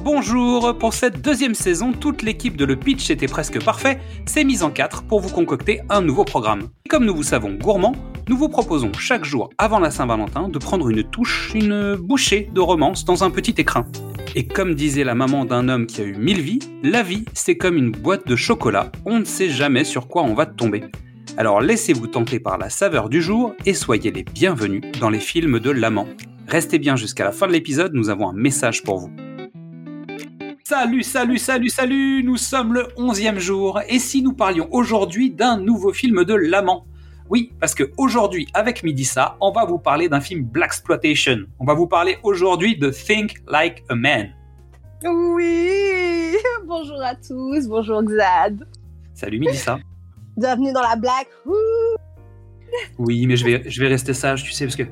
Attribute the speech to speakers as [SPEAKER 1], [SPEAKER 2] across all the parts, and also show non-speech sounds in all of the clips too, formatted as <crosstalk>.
[SPEAKER 1] Bonjour Pour cette deuxième saison, toute l'équipe de Le Pitch était presque parfait, s'est mise en quatre pour vous concocter un nouveau programme. Et comme nous vous savons gourmands, nous vous proposons chaque jour avant la Saint-Valentin de prendre une touche, une bouchée de romance dans un petit écrin. Et comme disait la maman d'un homme qui a eu mille vies, la vie c'est comme une boîte de chocolat, on ne sait jamais sur quoi on va tomber. Alors laissez-vous tenter par la saveur du jour et soyez les bienvenus dans les films de l'amant. Restez bien jusqu'à la fin de l'épisode, nous avons un message pour vous. Salut, salut, salut, salut Nous sommes le onzième jour, et si nous parlions aujourd'hui d'un nouveau film de l'amant Oui, parce que aujourd'hui, avec Midissa, on va vous parler d'un film Blaxploitation. On va vous parler aujourd'hui de Think Like a Man.
[SPEAKER 2] Oui <laughs> Bonjour à tous, bonjour Xad.
[SPEAKER 1] Salut
[SPEAKER 2] <laughs>
[SPEAKER 1] Midissa
[SPEAKER 2] Bienvenue dans la blague. Ouh.
[SPEAKER 1] Oui, mais je vais, je vais rester sage, tu sais, parce que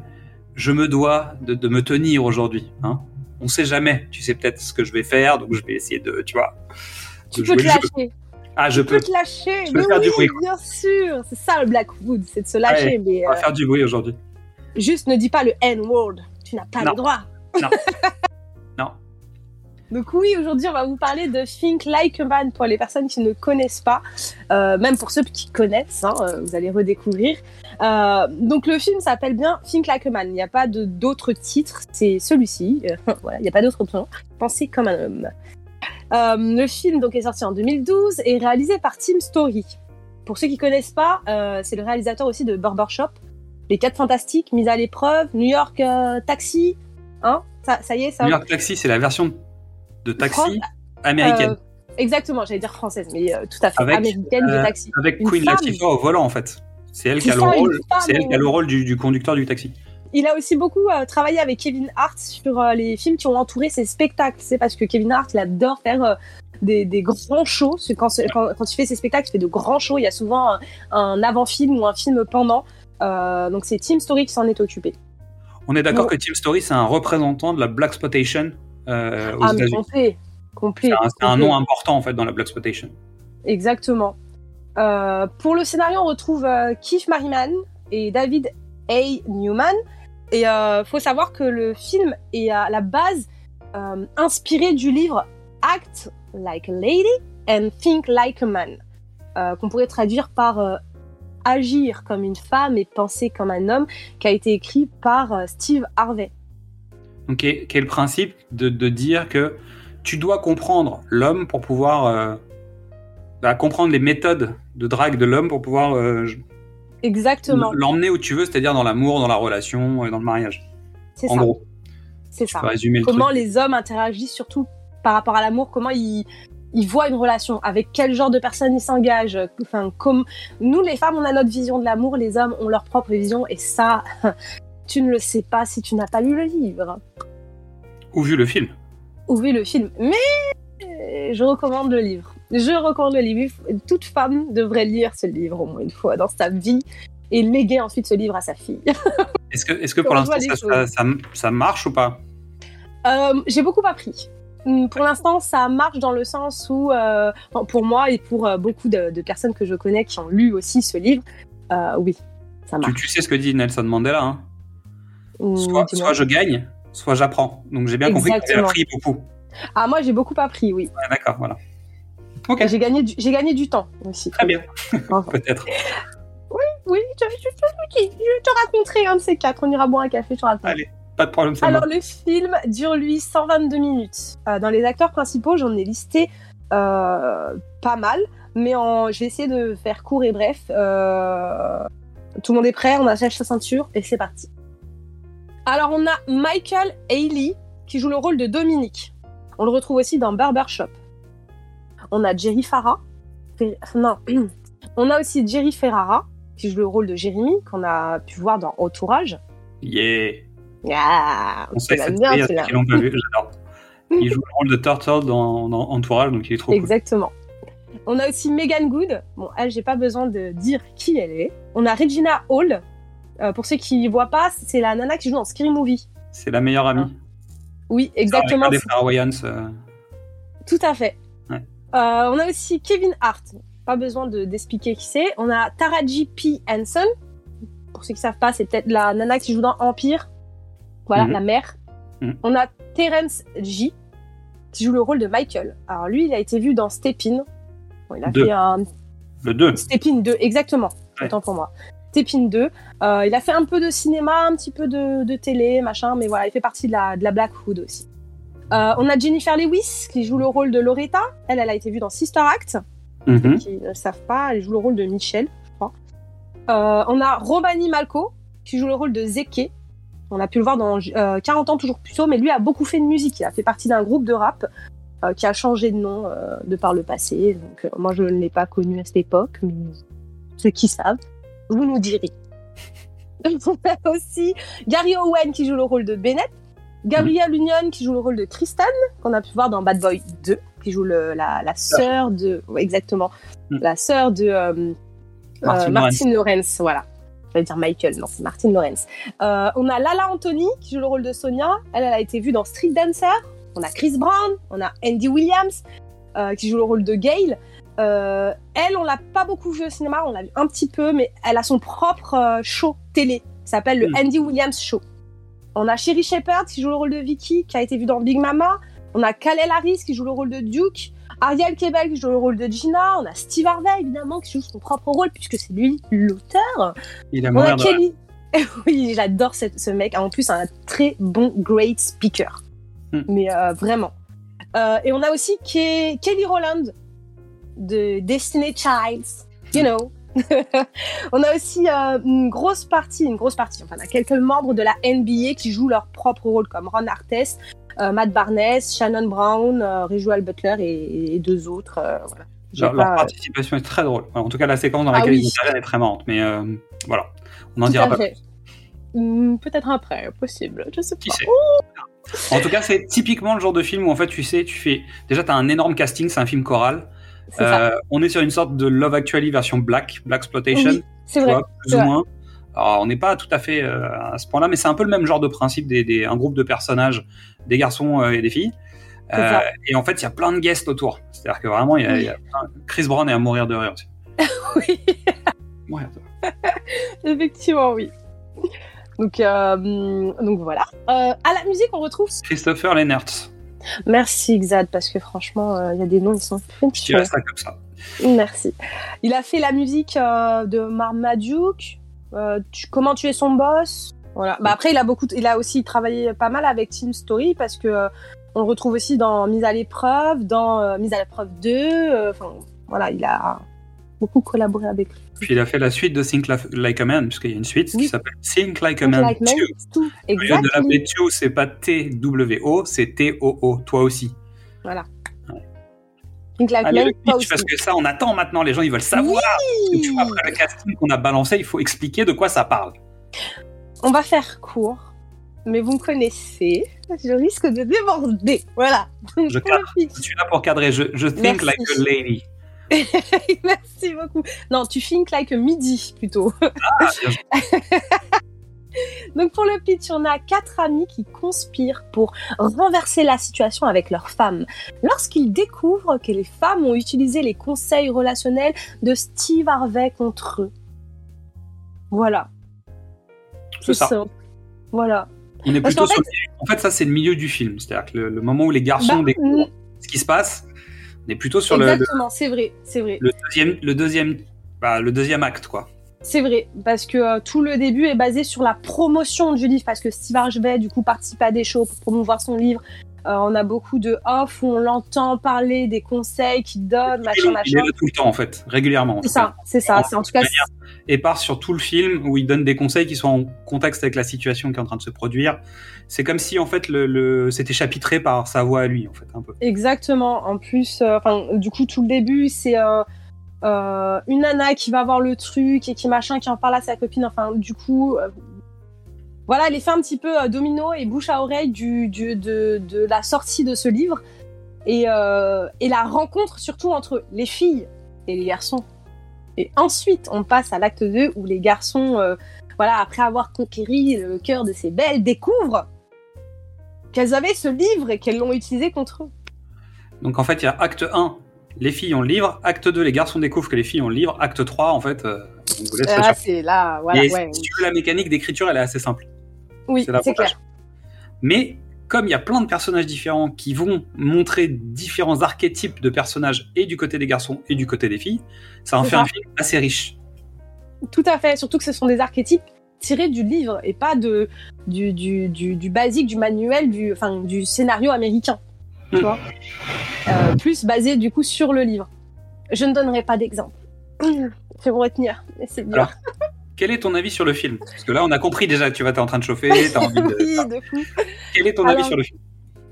[SPEAKER 1] je me dois de, de me tenir aujourd'hui. Hein. On sait jamais, tu sais peut-être ce que je vais faire, donc je vais essayer de, tu vois. de
[SPEAKER 2] Tu peux
[SPEAKER 1] jouer
[SPEAKER 2] te
[SPEAKER 1] le jeu.
[SPEAKER 2] lâcher.
[SPEAKER 1] Ah, je
[SPEAKER 2] Tu peux
[SPEAKER 1] peux.
[SPEAKER 2] te lâcher.
[SPEAKER 1] Je peux
[SPEAKER 2] Mais
[SPEAKER 1] faire du
[SPEAKER 2] oui,
[SPEAKER 1] bruit, quoi.
[SPEAKER 2] bien sûr. C'est ça le Blackwood, c'est de se lâcher. Mais
[SPEAKER 1] On
[SPEAKER 2] euh,
[SPEAKER 1] va faire du bruit aujourd'hui.
[SPEAKER 2] juste ne dis pas le N-word. Tu n'as pas
[SPEAKER 1] Non.
[SPEAKER 2] le droit.
[SPEAKER 1] Non. Non.
[SPEAKER 2] Donc oui, aujourd'hui, on va vous parler de Think Like a Man pour les personnes qui ne connaissent pas, euh, même pour ceux qui connaissent, hein, euh, vous allez redécouvrir. Euh, donc le film s'appelle bien Think Like a Man. Il n'y a pas de- d'autres titres, c'est celui-ci. Euh, <laughs> voilà, il n'y a pas d'autre nom. Pensez comme un homme. Euh, le film donc est sorti en 2012 et réalisé par Tim Story. Pour ceux qui connaissent pas, euh, c'est le réalisateur aussi de Barbershop, Les Quatre Fantastiques, Mise à l'épreuve, New York euh, Taxi, hein ça, ça y est, ça.
[SPEAKER 1] New York Taxi, c'est la version de- de
[SPEAKER 2] France-
[SPEAKER 1] taxi américaine,
[SPEAKER 2] Euh, exactement, j'allais dire française, mais euh, tout à fait
[SPEAKER 1] Avec,
[SPEAKER 2] américaine
[SPEAKER 1] euh,
[SPEAKER 2] de taxi.
[SPEAKER 1] avec
[SPEAKER 2] une
[SPEAKER 1] Queen
[SPEAKER 2] femme.
[SPEAKER 1] Latifah au volant en fait. C'est elle qui
[SPEAKER 2] C'est
[SPEAKER 1] a le
[SPEAKER 2] ça, une
[SPEAKER 1] rôle,
[SPEAKER 2] femme euh
[SPEAKER 1] c'est elle qui a le rôle du, du conducteur du taxi.
[SPEAKER 2] Il a aussi beaucoup euh, travaillé avec Kevin Hart sur euh, les films qui ont entouré ses spectacles. C'est parce que Kevin Hart, il adore faire euh, des, des grands shows. C'est Quand, quand, quand il fait ses spectacles, il fait de grands shows. Il y a souvent un, un avant-film ou un film pendant. Euh, donc c'est Tim Story qui s'en est occupé.
[SPEAKER 1] On est d'accord
[SPEAKER 2] Non.
[SPEAKER 1] que Tim Story, c'est un représentant de la Black Spotation euh, aux
[SPEAKER 2] ah, mais
[SPEAKER 1] États-Unis.
[SPEAKER 2] complet, complet.
[SPEAKER 1] C'est un, c'est un
[SPEAKER 2] complet.
[SPEAKER 1] nom important en fait dans la Black Spotation.
[SPEAKER 2] Exactement. Euh, pour le scénario, on retrouve euh, Keith Mariman et David A. Newman. Et euh, faut savoir que le film est à la base euh, inspiré du livre Act Like a Lady and Think Like a Man, euh, qu'on pourrait traduire par euh, Agir comme une femme et penser comme un homme, qui a été écrit par euh, Steve Harvey.
[SPEAKER 1] Donc, qui est, qui est le principe de, de dire que tu dois comprendre l'homme pour pouvoir euh, bah, comprendre les méthodes de drague de l'homme pour pouvoir euh,
[SPEAKER 2] Exactement,
[SPEAKER 1] l'emmener où tu veux, c'est-à-dire dans l'amour, dans la relation, et dans le mariage.
[SPEAKER 2] c'est
[SPEAKER 1] En
[SPEAKER 2] ça.
[SPEAKER 1] gros,
[SPEAKER 2] C'est ça.
[SPEAKER 1] pour résumer le
[SPEAKER 2] comment
[SPEAKER 1] truc.
[SPEAKER 2] les hommes interagissent surtout par rapport à l'amour, comment ils, ils voient une relation, avec quel genre de personnes ils s'engagent. euh, Enfin, comme nous les femmes, on a notre vision de l'amour, les hommes ont leur propre vision, et ça, <laughs> tu ne le sais pas si tu n'as pas lu le livre
[SPEAKER 1] Ou vu le film.
[SPEAKER 2] ou vu le film. Mais euh, je recommande le livre. Je recommande le livre. Toute femme devrait lire ce livre au moins une fois dans sa vie et léguer ensuite ce livre à sa fille.
[SPEAKER 1] Est-ce que, est-ce que pour
[SPEAKER 2] Comment
[SPEAKER 1] l'instant
[SPEAKER 2] voient
[SPEAKER 1] ça,
[SPEAKER 2] les
[SPEAKER 1] ça, ça, ça marche ou pas
[SPEAKER 2] Euh, j'ai beaucoup appris. Hum, Pour l'instant, ça marche dans le sens où, euh, bon, pour moi et pour euh, beaucoup de, de personnes que je connais qui ont lu aussi ce livre, euh, oui, ça
[SPEAKER 1] tu,
[SPEAKER 2] marche.
[SPEAKER 1] tu sais ce que dit Nelson Mandela. Hein
[SPEAKER 2] Hum,
[SPEAKER 1] soit,
[SPEAKER 2] dis-moi.
[SPEAKER 1] soit je gagne, soit j'apprends. Donc j'ai bien compris que tu
[SPEAKER 2] Exactement.
[SPEAKER 1] appris beaucoup.
[SPEAKER 2] Ah, moi, j'ai beaucoup appris, oui.
[SPEAKER 1] Ouais, D'accord, voilà. Ok,
[SPEAKER 2] J'ai gagné, du- j'ai gagné du temps aussi.
[SPEAKER 1] très bien.
[SPEAKER 2] Enfin,
[SPEAKER 1] Peut-être.
[SPEAKER 2] oui, je, je- je- ok, je te raconterai un de ces quatre. On ira boire un café, je te raconterai.
[SPEAKER 1] Allez. Pas de problème, ça
[SPEAKER 2] Alors,
[SPEAKER 1] marche.
[SPEAKER 2] le film dure, lui, 122 minutes. Euh, dans les acteurs principaux, j'en ai listé euh, pas mal, mais en... je vais essayer de faire court et bref. Euh, Tout le monde est prêt, on attache sa ceinture et c'est parti. Alors, on a Michael Haley qui joue le rôle de Dominique. On le retrouve aussi dans Barbershop. On a Jerry Farah. Fer- Non. <clears throat> On a aussi Jerry Ferrara qui joue le rôle de Jérémy qu'on a pu voir dans Entourage.
[SPEAKER 1] Yeah.
[SPEAKER 2] Ah,
[SPEAKER 1] On sait
[SPEAKER 2] tu
[SPEAKER 1] que
[SPEAKER 2] l'as
[SPEAKER 1] cette
[SPEAKER 2] bien,
[SPEAKER 1] série, il y a
[SPEAKER 2] celui-là.
[SPEAKER 1] ceux qui l'ont pas vu, j'adore. Il joue le rôle de Turtle dans, dans Entourage, donc il est trop cool.
[SPEAKER 2] Exactement. On a aussi Megan Good. Bon, elle, j'ai pas besoin de dire qui elle est. On a Regina Hall. Euh, pour ceux qui ne voient pas, c'est la nana qui joue dans Scary Movie.
[SPEAKER 1] C'est la meilleure amie.
[SPEAKER 2] Oui,
[SPEAKER 1] Avec
[SPEAKER 2] Ah, exactement.
[SPEAKER 1] un Des frères Wayans, euh,
[SPEAKER 2] Tout à fait.
[SPEAKER 1] Ouais.
[SPEAKER 2] Euh, on a aussi Kevin Hart. Pas besoin de- d'expliquer qui c'est. On a Taraji P. Henson. Pour ceux qui savent pas, c'est peut-être la nana qui joue dans Empire. Voilà,
[SPEAKER 1] Mhm.
[SPEAKER 2] la mère.
[SPEAKER 1] Mhm.
[SPEAKER 2] On a Terence J. qui joue le rôle de Michael. Alors lui, il a été vu dans Step In. Bon, il a
[SPEAKER 1] Deux.
[SPEAKER 2] fait un
[SPEAKER 1] Le 2.
[SPEAKER 2] Step In 2, exactement.
[SPEAKER 1] Ouais.
[SPEAKER 2] Autant pour moi. Step In 2. Euh, il a fait un peu de cinéma, un petit peu de, de télé, machin, mais voilà, il fait partie de la, de la Black Hood aussi. Euh, on a Jennifer Lewis qui joue le rôle de Loretta. Elle, elle a été vue dans Sister Act
[SPEAKER 1] Mhm.
[SPEAKER 2] qui ne le savent pas. Elle joue le rôle de Michel, je crois. Euh, on a Romani Malco, qui joue le rôle de Zeke. On a pu le voir dans euh, 40 ans toujours plus tôt, mais lui a beaucoup fait de musique. Il a fait partie d'un groupe de rap euh, qui a changé de nom euh, de par le passé. Donc, euh, moi, je ne l'ai pas connu à cette époque, mais ceux qui savent, vous nous direz. <laughs> on a aussi Gary Owen qui joue le rôle de Bennett. Gabrielle Union qui joue le rôle de Tristan, qu'on a pu voir dans Bad Boy 2, qui joue le- la, la sœur de. ouais, exactement la sœur de euh,
[SPEAKER 1] Martin Lawrence.
[SPEAKER 2] euh, Martin Lawrence. Voilà. Je vais dire Michael, non, c'est Martin Lawrence. Euh, on a Lala Anthony qui joue le rôle de Sonia. Elle, elle a été vue dans Street Dancer. On a Chris Brown, on a Andy Williams euh, qui joue le rôle de Gail. Euh, elle, on l'a pas beaucoup vue au cinéma, on l'a vu un petit peu, mais elle a son propre euh, show télé. Ça s'appelle le
[SPEAKER 1] Mm.
[SPEAKER 2] Andy Williams Show. On a Sherry Shepard qui joue le rôle de Vicky, qui a été vue dans Big Mama. On a Kalel Harris qui joue le rôle de Duke. Ariel Kebel qui joue le rôle de Gina, on a Steve Harvey évidemment qui joue son propre rôle puisque c'est lui l'auteur.
[SPEAKER 1] Il a
[SPEAKER 2] On a
[SPEAKER 1] mourir de-
[SPEAKER 2] Kelly. <laughs> oui, j'adore ce, ce mec. En plus, un très bon great speaker.
[SPEAKER 1] Hmm.
[SPEAKER 2] Mais euh, vraiment. Euh, et on a aussi Ke- Kelly Rowland de Destiny Childs, you know. <laughs> on a aussi euh, une grosse partie, une grosse partie, enfin, on a quelques membres de la NBA qui jouent leur propre rôle, comme Ron Artest, euh, Matt Barnes, Shannon Brown, euh, Rejuel Butler et, et deux autres. euh, voilà. J'ai
[SPEAKER 1] Leur, leur
[SPEAKER 2] pas-
[SPEAKER 1] participation est très drôle. Alors, en tout cas, la séquence dans
[SPEAKER 2] Ah
[SPEAKER 1] laquelle
[SPEAKER 2] oui.
[SPEAKER 1] ils interviennent est très marrante. Mais euh, voilà, on n'en
[SPEAKER 2] Tout
[SPEAKER 1] dira
[SPEAKER 2] à
[SPEAKER 1] pas
[SPEAKER 2] fait. Hmm, Peut-être après, possible, je sais pas.
[SPEAKER 1] Qui sait
[SPEAKER 2] oh
[SPEAKER 1] En tout cas, c'est typiquement le genre de film où en fait, tu sais, tu fais. Déjà, t'as un énorme casting, c'est un film choral.
[SPEAKER 2] C'est ça.
[SPEAKER 1] Euh, on est sur une sorte de Love Actually version Black, Black Exploitation,
[SPEAKER 2] Oui, c'est
[SPEAKER 1] tu
[SPEAKER 2] vrai.
[SPEAKER 1] vois, plus
[SPEAKER 2] c'est
[SPEAKER 1] ou
[SPEAKER 2] vrai.
[SPEAKER 1] moins. Alors, on n'est pas tout à fait euh, à ce point-là, mais c'est un peu le même genre de principe des, des- un groupe de personnages, des garçons euh, et des filles. Euh,
[SPEAKER 2] C'est ça.
[SPEAKER 1] et en fait, il y a plein de guests autour. C'est-à-dire que vraiment, il y a, il y a plein- Chris Brown est à mourir de rire aussi.
[SPEAKER 2] <laughs> Oui,
[SPEAKER 1] Ouais.
[SPEAKER 2] effectivement, oui. Donc, euh, hmm, donc voilà. Euh, à la musique, on retrouve.
[SPEAKER 1] Christopher Lennertz,
[SPEAKER 2] Merci Xad, parce que franchement, euh, il y a des noms, ils sont
[SPEAKER 1] qui
[SPEAKER 2] fous.
[SPEAKER 1] reste comme ça.
[SPEAKER 2] Merci. Il a fait la musique euh, de Marmaduke. euh, tu- comment tuer son boss. Voilà. Bah après, il a beaucoup, il a aussi travaillé pas mal avec Team Story parce que euh, on le retrouve aussi dans Mise à l'épreuve, dans euh, Mise à l'épreuve 2. euh, Enfin, voilà, il a beaucoup collaboré avec lui.
[SPEAKER 1] Puis il a fait la suite de Think Laf- Like a Man, puisqu'il y a une suite
[SPEAKER 2] Oui.
[SPEAKER 1] qui s'appelle Think Like a Man
[SPEAKER 2] Like Man,
[SPEAKER 1] 2.
[SPEAKER 2] tout.
[SPEAKER 1] Au lieu de
[SPEAKER 2] Exactly.
[SPEAKER 1] l'appeler Tio, c'est pas T-W-O, c'est T-O-O, toi aussi.
[SPEAKER 2] Think Like
[SPEAKER 1] Allez,
[SPEAKER 2] Man,
[SPEAKER 1] le
[SPEAKER 2] toi
[SPEAKER 1] pitch, parce que ça, on attend maintenant, les gens, ils veulent savoir.
[SPEAKER 2] aussi.
[SPEAKER 1] Et tu vois, après le casting qu'on a balancé, il faut expliquer de quoi ça parle.
[SPEAKER 2] On va faire court, mais vous me connaissez. Je risque de déborder. Voilà. Donc,
[SPEAKER 1] Je
[SPEAKER 2] pour le pitch.
[SPEAKER 1] Je suis là pour cadrer, je, je think
[SPEAKER 2] Merci.
[SPEAKER 1] like a lady.
[SPEAKER 2] <laughs> Merci beaucoup. Non, tu think like midi plutôt.
[SPEAKER 1] Ah,
[SPEAKER 2] <laughs>
[SPEAKER 1] bien
[SPEAKER 2] Donc pour le pitch, on a quatre amis qui conspirent pour renverser la situation avec leurs femmes. Lorsqu'ils découvrent que les femmes ont utilisé les conseils relationnels de Steve Harvey contre eux. Voilà.
[SPEAKER 1] C'est ça.
[SPEAKER 2] simple. Voilà.
[SPEAKER 1] On est
[SPEAKER 2] Parce
[SPEAKER 1] plutôt
[SPEAKER 2] qu'en
[SPEAKER 1] sur le milieu. En fait, ça, c'est le milieu du film. C'est-à-dire que le, le moment où les garçons
[SPEAKER 2] Bah,
[SPEAKER 1] découvrent ce qui se passe, on est plutôt sur le, le-
[SPEAKER 2] Exactement, c'est vrai, c'est vrai.
[SPEAKER 1] le deuxième, le, deuxième, bah, le deuxième acte, quoi.
[SPEAKER 2] C'est vrai, parce que euh, tout le début est basé sur la promotion du livre, parce que Steve Harvey, du coup, participe à des shows pour promouvoir son livre. Euh, on a beaucoup de off où on l'entend parler des conseils qu'il donne, machin,
[SPEAKER 1] Il est Ah,
[SPEAKER 2] machin.
[SPEAKER 1] là tout le temps, en fait, régulièrement. en
[SPEAKER 2] C'est
[SPEAKER 1] tout cas.
[SPEAKER 2] ça, c'est ça. C'est en tout cas, c'est-
[SPEAKER 1] et part sur tout le film où il donne des conseils qui sont en contexte avec la situation qui est en train de se produire. C'est comme si en fait le, le- c'était chapitré par sa voix à lui en fait un peu.
[SPEAKER 2] exactement. En plus, euh, enfin, du coup, tout le début, c'est euh, euh, une nana qui va voir le truc et qui machin, qui en parle à sa copine. Enfin, du coup, euh, voilà, elle est fait un petit peu euh, domino et bouche à oreille du, du- de, de la sortie de ce livre et, euh, et la rencontre surtout entre les filles et les garçons. Et ensuite, on passe à l'acte 2 où les garçons, euh, voilà, après avoir conquéri le cœur de ces belles, découvrent qu'elles avaient ce livre et qu'elles l'ont utilisé contre eux.
[SPEAKER 1] Donc en fait il y a acte 1, les filles ont le livre, acte 2, les garçons découvrent que les filles ont le livre, acte 3 en fait euh, on vous laisse la
[SPEAKER 2] Ah,
[SPEAKER 1] surprise.
[SPEAKER 2] c'est là, voilà,
[SPEAKER 1] Et
[SPEAKER 2] ouais.
[SPEAKER 1] si tu veux, la mécanique d'écriture elle est assez simple.
[SPEAKER 2] Oui,
[SPEAKER 1] c'est la
[SPEAKER 2] c'est
[SPEAKER 1] première
[SPEAKER 2] clair.
[SPEAKER 1] Mais comme il y a plein de personnages différents qui vont montrer différents archétypes de personnages et du côté des garçons et du côté des filles, ça en
[SPEAKER 2] C'est
[SPEAKER 1] fait
[SPEAKER 2] ça.
[SPEAKER 1] un film assez riche.
[SPEAKER 2] Tout à fait, surtout que ce sont des archétypes tirés du livre et pas de, du, du, du, du basique, du manuel, du, enfin, du scénario américain. Tu
[SPEAKER 1] Mm.
[SPEAKER 2] vois Euh, plus basé du coup sur le livre. Je ne donnerai pas d'exemple. <clears throat> Je vais me retenir, mais c'est bien.
[SPEAKER 1] Alors, Quel est ton avis sur le film Parce que là, on a compris déjà que tu vas, t'es en train de chauffer, t'as envie de...
[SPEAKER 2] <laughs> oui, de fou.
[SPEAKER 1] Quel est ton avis
[SPEAKER 2] Alors-
[SPEAKER 1] sur le film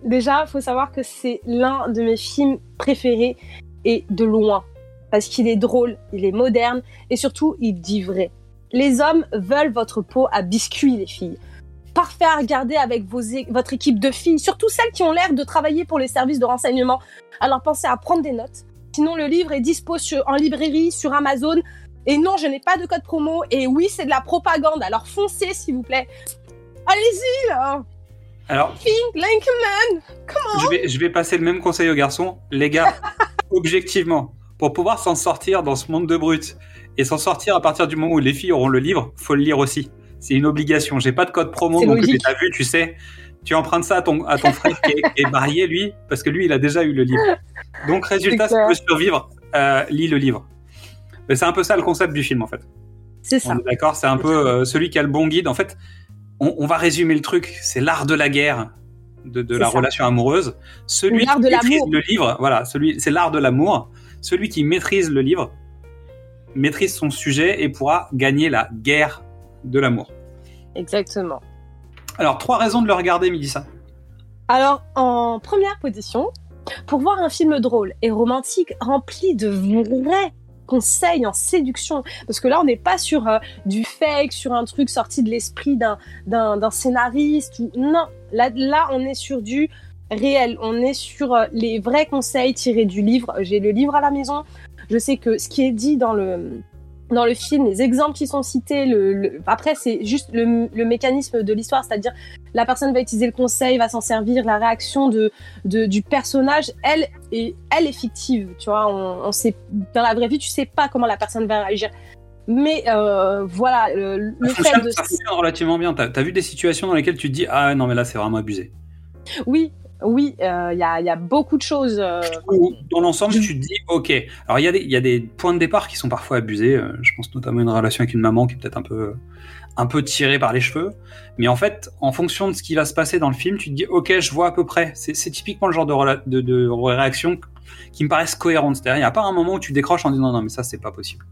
[SPEAKER 2] Déjà, faut savoir que c'est l'un de mes films préférés et de loin. Parce qu'il est drôle, il est moderne et surtout, il dit vrai. Les hommes veulent votre peau à biscuit, les filles. Parfait à regarder avec vos é- votre équipe de filles, surtout celles qui ont l'air de travailler pour les services de renseignement. Alors pensez à prendre des notes. Sinon, le livre est dispo sur- en librairie, sur Amazon. Et non, je n'ai pas de code promo. Et oui, c'est de la propagande. Alors foncez, s'il vous plaît. Allez-y, là
[SPEAKER 1] Alors,
[SPEAKER 2] Pink, Linkman
[SPEAKER 1] je vais, je vais passer le même conseil aux garçons. Les
[SPEAKER 2] <laughs>
[SPEAKER 1] gars, objectivement, pour pouvoir s'en sortir dans ce monde de brutes et s'en sortir à partir du moment où les filles auront le livre, faut le lire aussi. C'est une obligation. J'ai pas de code promo
[SPEAKER 2] C'est
[SPEAKER 1] non plus, mais
[SPEAKER 2] logique.
[SPEAKER 1] t'as vu, tu sais. Tu empruntes ça à ton, à ton frère qui est, qui est marié, lui, parce que lui, il a déjà eu le livre. Donc, résultat, si
[SPEAKER 2] clair.
[SPEAKER 1] tu veux survivre, euh, lis le livre. Mais c'est un peu ça le concept du film, en fait.
[SPEAKER 2] C'est ça.
[SPEAKER 1] On est d'accord, c'est un peu euh, celui qui a le bon guide. En fait, on, on va résumer le truc. C'est l'art de la guerre, de, de
[SPEAKER 2] C'est
[SPEAKER 1] la
[SPEAKER 2] ça.
[SPEAKER 1] relation amoureuse. Celui
[SPEAKER 2] L'art
[SPEAKER 1] qui
[SPEAKER 2] de
[SPEAKER 1] maîtrise
[SPEAKER 2] l'amour.
[SPEAKER 1] le livre, voilà, celui, c'est l'art de l'amour. Celui qui maîtrise le livre maîtrise son sujet et pourra gagner la guerre de l'amour.
[SPEAKER 2] Exactement.
[SPEAKER 1] Alors, trois raisons de le regarder, Midissa.
[SPEAKER 2] Alors, en première position, pour voir un film drôle et romantique rempli de vrais conseils en séduction, parce que là, on n'est pas sur euh, du fake, sur un truc sorti de l'esprit d'un- d'un d'un scénariste. Ou... Non, là, là, on est sur du réel, on est sur euh, les vrais conseils tirés du livre. J'ai le livre à la maison. Je sais que ce qui est dit dans le... Dans le film, les exemples qui sont cités, le, le- après c'est juste le- le mécanisme de l'histoire, c'est-à-dire la personne va utiliser le conseil, va s'en servir, la réaction de, de- du personnage, elle est, elle est fictive, tu vois. On, on sait, dans la vraie vie, tu sais pas comment la personne va réagir. Mais euh, voilà, le, le
[SPEAKER 1] Ça
[SPEAKER 2] fait
[SPEAKER 1] fonctionne,
[SPEAKER 2] de
[SPEAKER 1] ça fonctionne relativement bien. T'as as vu des situations dans lesquelles tu te dis Ah non, mais là, c'est vraiment abusé.
[SPEAKER 2] oui, oui, euh, il y, a, il y a beaucoup de choses. euh,
[SPEAKER 1] Ou dans l'ensemble,
[SPEAKER 2] Je-
[SPEAKER 1] tu te dis Ok. Alors, il y, a des- il y a des points de départ qui sont parfois abusés. Euh, Je pense notamment à une relation avec une maman qui est peut-être un peu. un peu tiré par les cheveux. Mais en fait, en fonction de ce qui va se passer dans le film, tu te dis, ok, je vois à peu près. C'est c'est typiquement le genre de, rela- de, de réaction qui me paraissent cohérentes. C'est-à-dire, il n'y a pas un moment où tu décroches en disant, non, non, mais ça, c'est pas possible.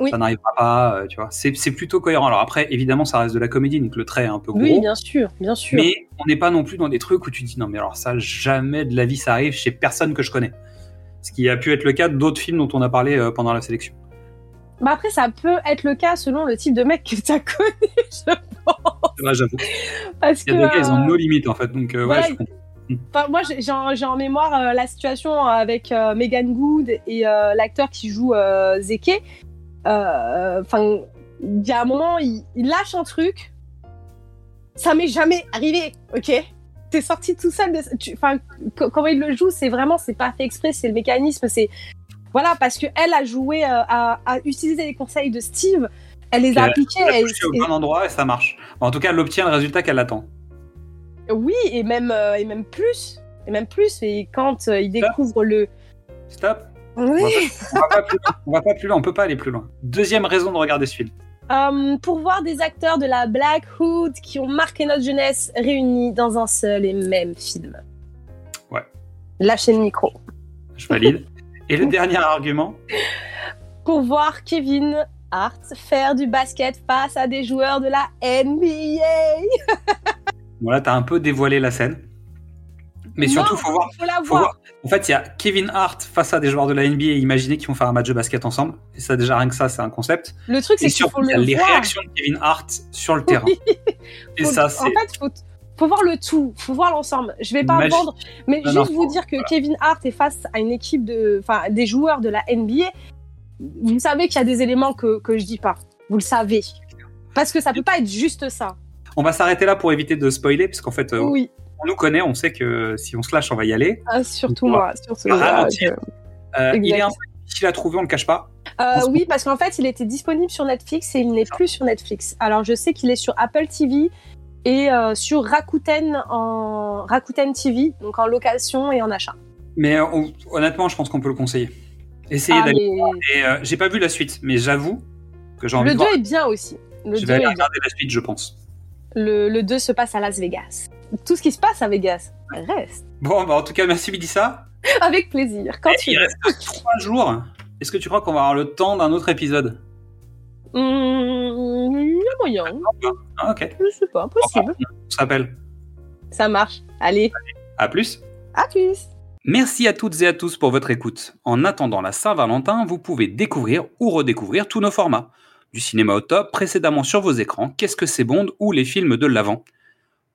[SPEAKER 2] Oui.
[SPEAKER 1] Ça n'arrivera pas, euh, tu vois. C'est c'est plutôt cohérent. Alors après, évidemment, ça reste de la comédie, donc le trait est un peu gros.
[SPEAKER 2] oui, bien sûr, bien sûr.
[SPEAKER 1] mais on n'est pas non plus dans des trucs où tu dis, non, mais alors ça, jamais de la vie, ça arrive chez personne que je connais. Ce qui a pu être le cas d'autres films dont on a parlé euh, pendant la sélection.
[SPEAKER 2] Bah après, ça peut être le cas selon le type de mec que tu as connu, <laughs> je pense.
[SPEAKER 1] C'est vrai, j'avoue.
[SPEAKER 2] Parce
[SPEAKER 1] Il y a des cas, ils ont
[SPEAKER 2] euh,
[SPEAKER 1] nos limites, en fait. Donc, euh, ouais,
[SPEAKER 2] voilà,
[SPEAKER 1] je comprends.
[SPEAKER 2] Enfin, moi, j'ai j'ai en, j'ai en mémoire euh, la situation avec euh, Megan Good et euh, l'acteur qui joue euh, Zeke. Euh, Enfin, il y a un moment, il, il lâche un truc. Ça m'est jamais arrivé, ok T'es sorti tout seul. de- tu- Enfin, co- comment il le joue, c'est vraiment, c'est pas fait exprès, c'est le mécanisme, c'est voilà parce que elle a joué, euh, à a, utilisé les conseils de Steve, elle les a
[SPEAKER 1] Elle a-
[SPEAKER 2] appliqués.
[SPEAKER 1] Elle a
[SPEAKER 2] et-
[SPEAKER 1] touché au
[SPEAKER 2] et-
[SPEAKER 1] bon endroit et ça marche. Bon, en tout cas, elle obtient le résultat qu'elle attend.
[SPEAKER 2] oui, et même euh, et même plus, et même plus. Et quand euh, il découvre le
[SPEAKER 1] Stop. On va, pas, on va pas plus loin. On va pas plus loin. On peut pas aller plus loin. Deuxième raison de regarder ce film.
[SPEAKER 2] Euh, pour voir des acteurs de la Black Hood qui ont marqué notre jeunesse réunis dans un seul et même film.
[SPEAKER 1] Ouais.
[SPEAKER 2] Lâchez le micro.
[SPEAKER 1] Je valide. et le dernier argument.
[SPEAKER 2] Pour voir Kevin Hart faire du basket face à des joueurs de la NBA.
[SPEAKER 1] Ah. Bon, là, t'as un peu dévoilé la scène. Mais
[SPEAKER 2] Non,
[SPEAKER 1] surtout, faut voir.
[SPEAKER 2] Faut la
[SPEAKER 1] Faut
[SPEAKER 2] voir.
[SPEAKER 1] voir. En fait, il y a Kevin Hart face à des joueurs de la NBA. Imaginez qu'ils vont faire un match de basket ensemble. Et ça, déjà, rien que ça, c'est un concept.
[SPEAKER 2] Le truc, c'est
[SPEAKER 1] Et
[SPEAKER 2] qu'il
[SPEAKER 1] surtout,
[SPEAKER 2] faut
[SPEAKER 1] il y a
[SPEAKER 2] le
[SPEAKER 1] les
[SPEAKER 2] voir.
[SPEAKER 1] réactions de Kevin Hart sur le
[SPEAKER 2] <laughs>
[SPEAKER 1] terrain.
[SPEAKER 2] Oui.
[SPEAKER 1] Et
[SPEAKER 2] Faut-
[SPEAKER 1] ça,
[SPEAKER 2] en
[SPEAKER 1] c'est
[SPEAKER 2] fait, faut, faut voir le tout, faut voir l'ensemble. Je vais pas
[SPEAKER 1] Magique.
[SPEAKER 2] vendre, mais
[SPEAKER 1] Non, non,
[SPEAKER 2] juste vous dire que Kevin Hart est face à une équipe de, enfin, des joueurs de la NBA. Vous savez qu'il y a des éléments que, que je dis pas. Vous le savez. Parce que ça peut pas être juste ça.
[SPEAKER 1] On va s'arrêter là pour éviter de spoiler, parce qu'en fait, euh,
[SPEAKER 2] Oui,
[SPEAKER 1] on nous connaît, on sait que si on se lâche, on va y aller.
[SPEAKER 2] Ah, surtout
[SPEAKER 1] Faut
[SPEAKER 2] moi, surtout moi.
[SPEAKER 1] ralentir.
[SPEAKER 2] je-
[SPEAKER 1] Euh, il
[SPEAKER 2] Exact.
[SPEAKER 1] est un peu difficile à trouver, on le cache pas.
[SPEAKER 2] Euh, oui, parce qu'en fait, il était disponible sur Netflix et il n'est plus sur Netflix. Alors, je sais qu'il est sur Apple TV et euh, sur Rakuten en Rakuten TV, donc en location et en achat.
[SPEAKER 1] Mais euh, hon- honnêtement, je pense qu'on peut le conseiller. Essayez
[SPEAKER 2] Ah,
[SPEAKER 1] d'aller.
[SPEAKER 2] mais
[SPEAKER 1] Et, euh, j'ai pas vu la suite, mais j'avoue que j'ai envie
[SPEAKER 2] le
[SPEAKER 1] de
[SPEAKER 2] 2
[SPEAKER 1] voir.
[SPEAKER 2] est bien aussi. Le
[SPEAKER 1] Je vais
[SPEAKER 2] 2,
[SPEAKER 1] aller regarder la suite, je pense.
[SPEAKER 2] le, le 2 se passe à Las Vegas. Tout ce qui se passe à Vegas reste. <laughs>
[SPEAKER 1] Bon, bah, en tout cas, merci Midissa.
[SPEAKER 2] Avec plaisir, quand
[SPEAKER 1] Et Ah,
[SPEAKER 2] tu
[SPEAKER 1] Eh, Il
[SPEAKER 2] veux.
[SPEAKER 1] reste trois jours. Est-ce que tu crois qu'on va avoir le temps d'un autre épisode
[SPEAKER 2] Hum, Il y a moyen,
[SPEAKER 1] Ah, Ok,
[SPEAKER 2] je sais pas, possible.
[SPEAKER 1] on s'appelle.
[SPEAKER 2] Ça marche. Allez,
[SPEAKER 1] À plus.
[SPEAKER 2] à plus
[SPEAKER 1] Merci à toutes et à tous pour votre écoute. En attendant la Saint-Valentin, vous pouvez découvrir ou redécouvrir tous nos formats. Du cinéma au top, précédemment sur vos écrans, Qu'est-ce que c'est Bond ou les films de l'avant.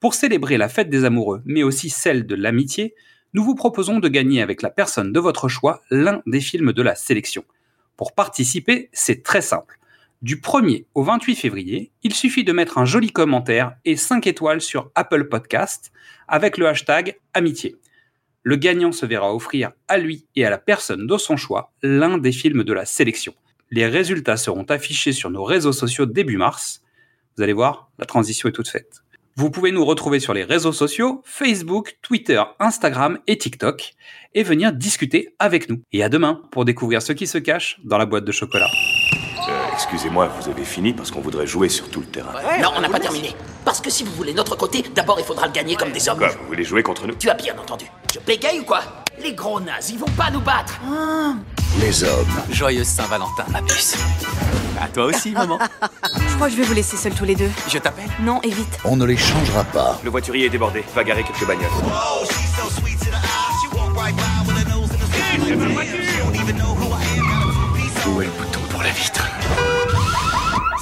[SPEAKER 1] Pour célébrer la fête des amoureux, mais aussi celle de l'amitié, nous vous proposons de gagner avec la personne de votre choix l'un des films de la sélection. Pour participer, c'est très simple. Du 1er au 28 février, il suffit de mettre un joli commentaire et 5 étoiles sur Apple Podcast avec le hashtag Amitié. Le gagnant se verra offrir à lui et à la personne de son choix l'un des films de la sélection. Les résultats seront affichés sur nos réseaux sociaux début mars. Vous allez voir, la transition est toute faite. Vous pouvez nous retrouver sur les réseaux sociaux, Facebook, Twitter, Instagram et TikTok, et venir discuter avec nous. Et à demain pour découvrir ce qui se cache dans la boîte de chocolat.
[SPEAKER 3] Euh, Excusez-moi, vous avez fini parce qu'on voudrait jouer sur tout le terrain.
[SPEAKER 4] non, on n'a pas terminé. Parce que si vous voulez notre côté, d'abord il faudra le gagner comme des hommes.
[SPEAKER 3] Quoi, vous voulez jouer contre nous
[SPEAKER 4] Tu as bien entendu. Je bégaye ou quoi Les gros nazes, ils vont pas nous battre.
[SPEAKER 3] Les hommes.
[SPEAKER 5] Joyeuse Saint-Valentin, ma puce. À toi aussi, maman.
[SPEAKER 6] Je crois que je vais vous laisser seuls tous les deux.
[SPEAKER 5] Je t'appelle.
[SPEAKER 6] Non, évite.
[SPEAKER 7] On ne les changera pas.
[SPEAKER 3] Le voiturier est débordé, va garer quelques bagnoles. Où est le bouton pour la vitre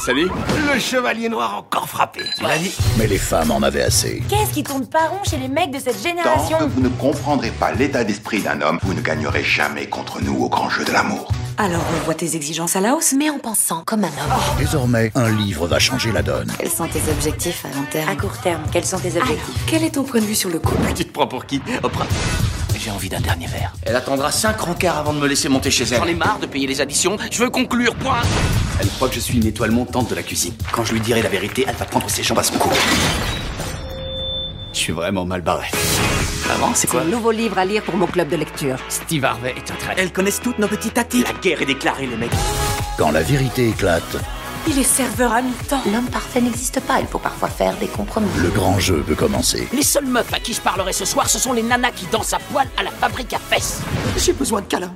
[SPEAKER 3] Salut Le chevalier noir encore frappé.
[SPEAKER 7] Mais les femmes en avaient assez.
[SPEAKER 8] Qu'est-ce qui tourne pas rond chez les mecs de cette génération
[SPEAKER 9] Tant que vous ne comprendrez pas l'état d'esprit d'un homme, vous ne gagnerez jamais contre nous au grand jeu de l'amour.
[SPEAKER 6] Alors, on voit tes exigences à la hausse
[SPEAKER 8] Mais en pensant comme un homme.
[SPEAKER 7] Désormais, un livre va changer la donne.
[SPEAKER 10] Quels sont tes objectifs à long terme
[SPEAKER 8] À court terme, quels sont tes
[SPEAKER 10] Alors,
[SPEAKER 8] objectifs
[SPEAKER 10] quel est ton point de vue sur le couple
[SPEAKER 5] Tu te prends pour qui Oprah. J'ai envie d'un dernier verre.
[SPEAKER 4] Elle attendra 5 rencards avant de me laisser monter chez elle. J'en ai marre de payer les additions. Je veux conclure, point.
[SPEAKER 5] Elle croit que je suis une étoile montante de la cuisine. Quand je lui dirai la vérité, elle va prendre ses jambes à son cou. Je suis vraiment mal barré. Maman, c'est quoi
[SPEAKER 10] Nouveau livre à lire pour mon club de lecture.
[SPEAKER 4] Steve Harvey est un traître.
[SPEAKER 5] Elles connaissent toutes nos petits tatis. La guerre est déclarée, les mecs.
[SPEAKER 7] Quand la vérité éclate,
[SPEAKER 6] Il est serveur à mi-temps.
[SPEAKER 10] L'homme parfait n'existe pas, il faut parfois faire des compromis.
[SPEAKER 7] le grand jeu peut commencer.
[SPEAKER 4] Les seules meufs à qui je parlerai ce soir, ce sont les nanas qui dansent à poil à la fabrique à fesses.
[SPEAKER 5] J'ai besoin de câlin.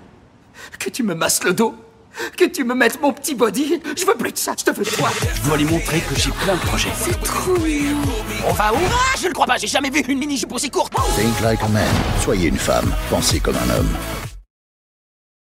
[SPEAKER 5] Que tu me masses le dos. Que tu me mettes mon petit body. Je veux plus de ça, je te veux toi. Je dois lui montrer que j'ai plein de projets.
[SPEAKER 4] On va où Ah, Je ne crois pas, j'ai jamais vu une mini-jupe aussi courte.
[SPEAKER 7] Think like a man. Soyez une femme, pensez comme un homme.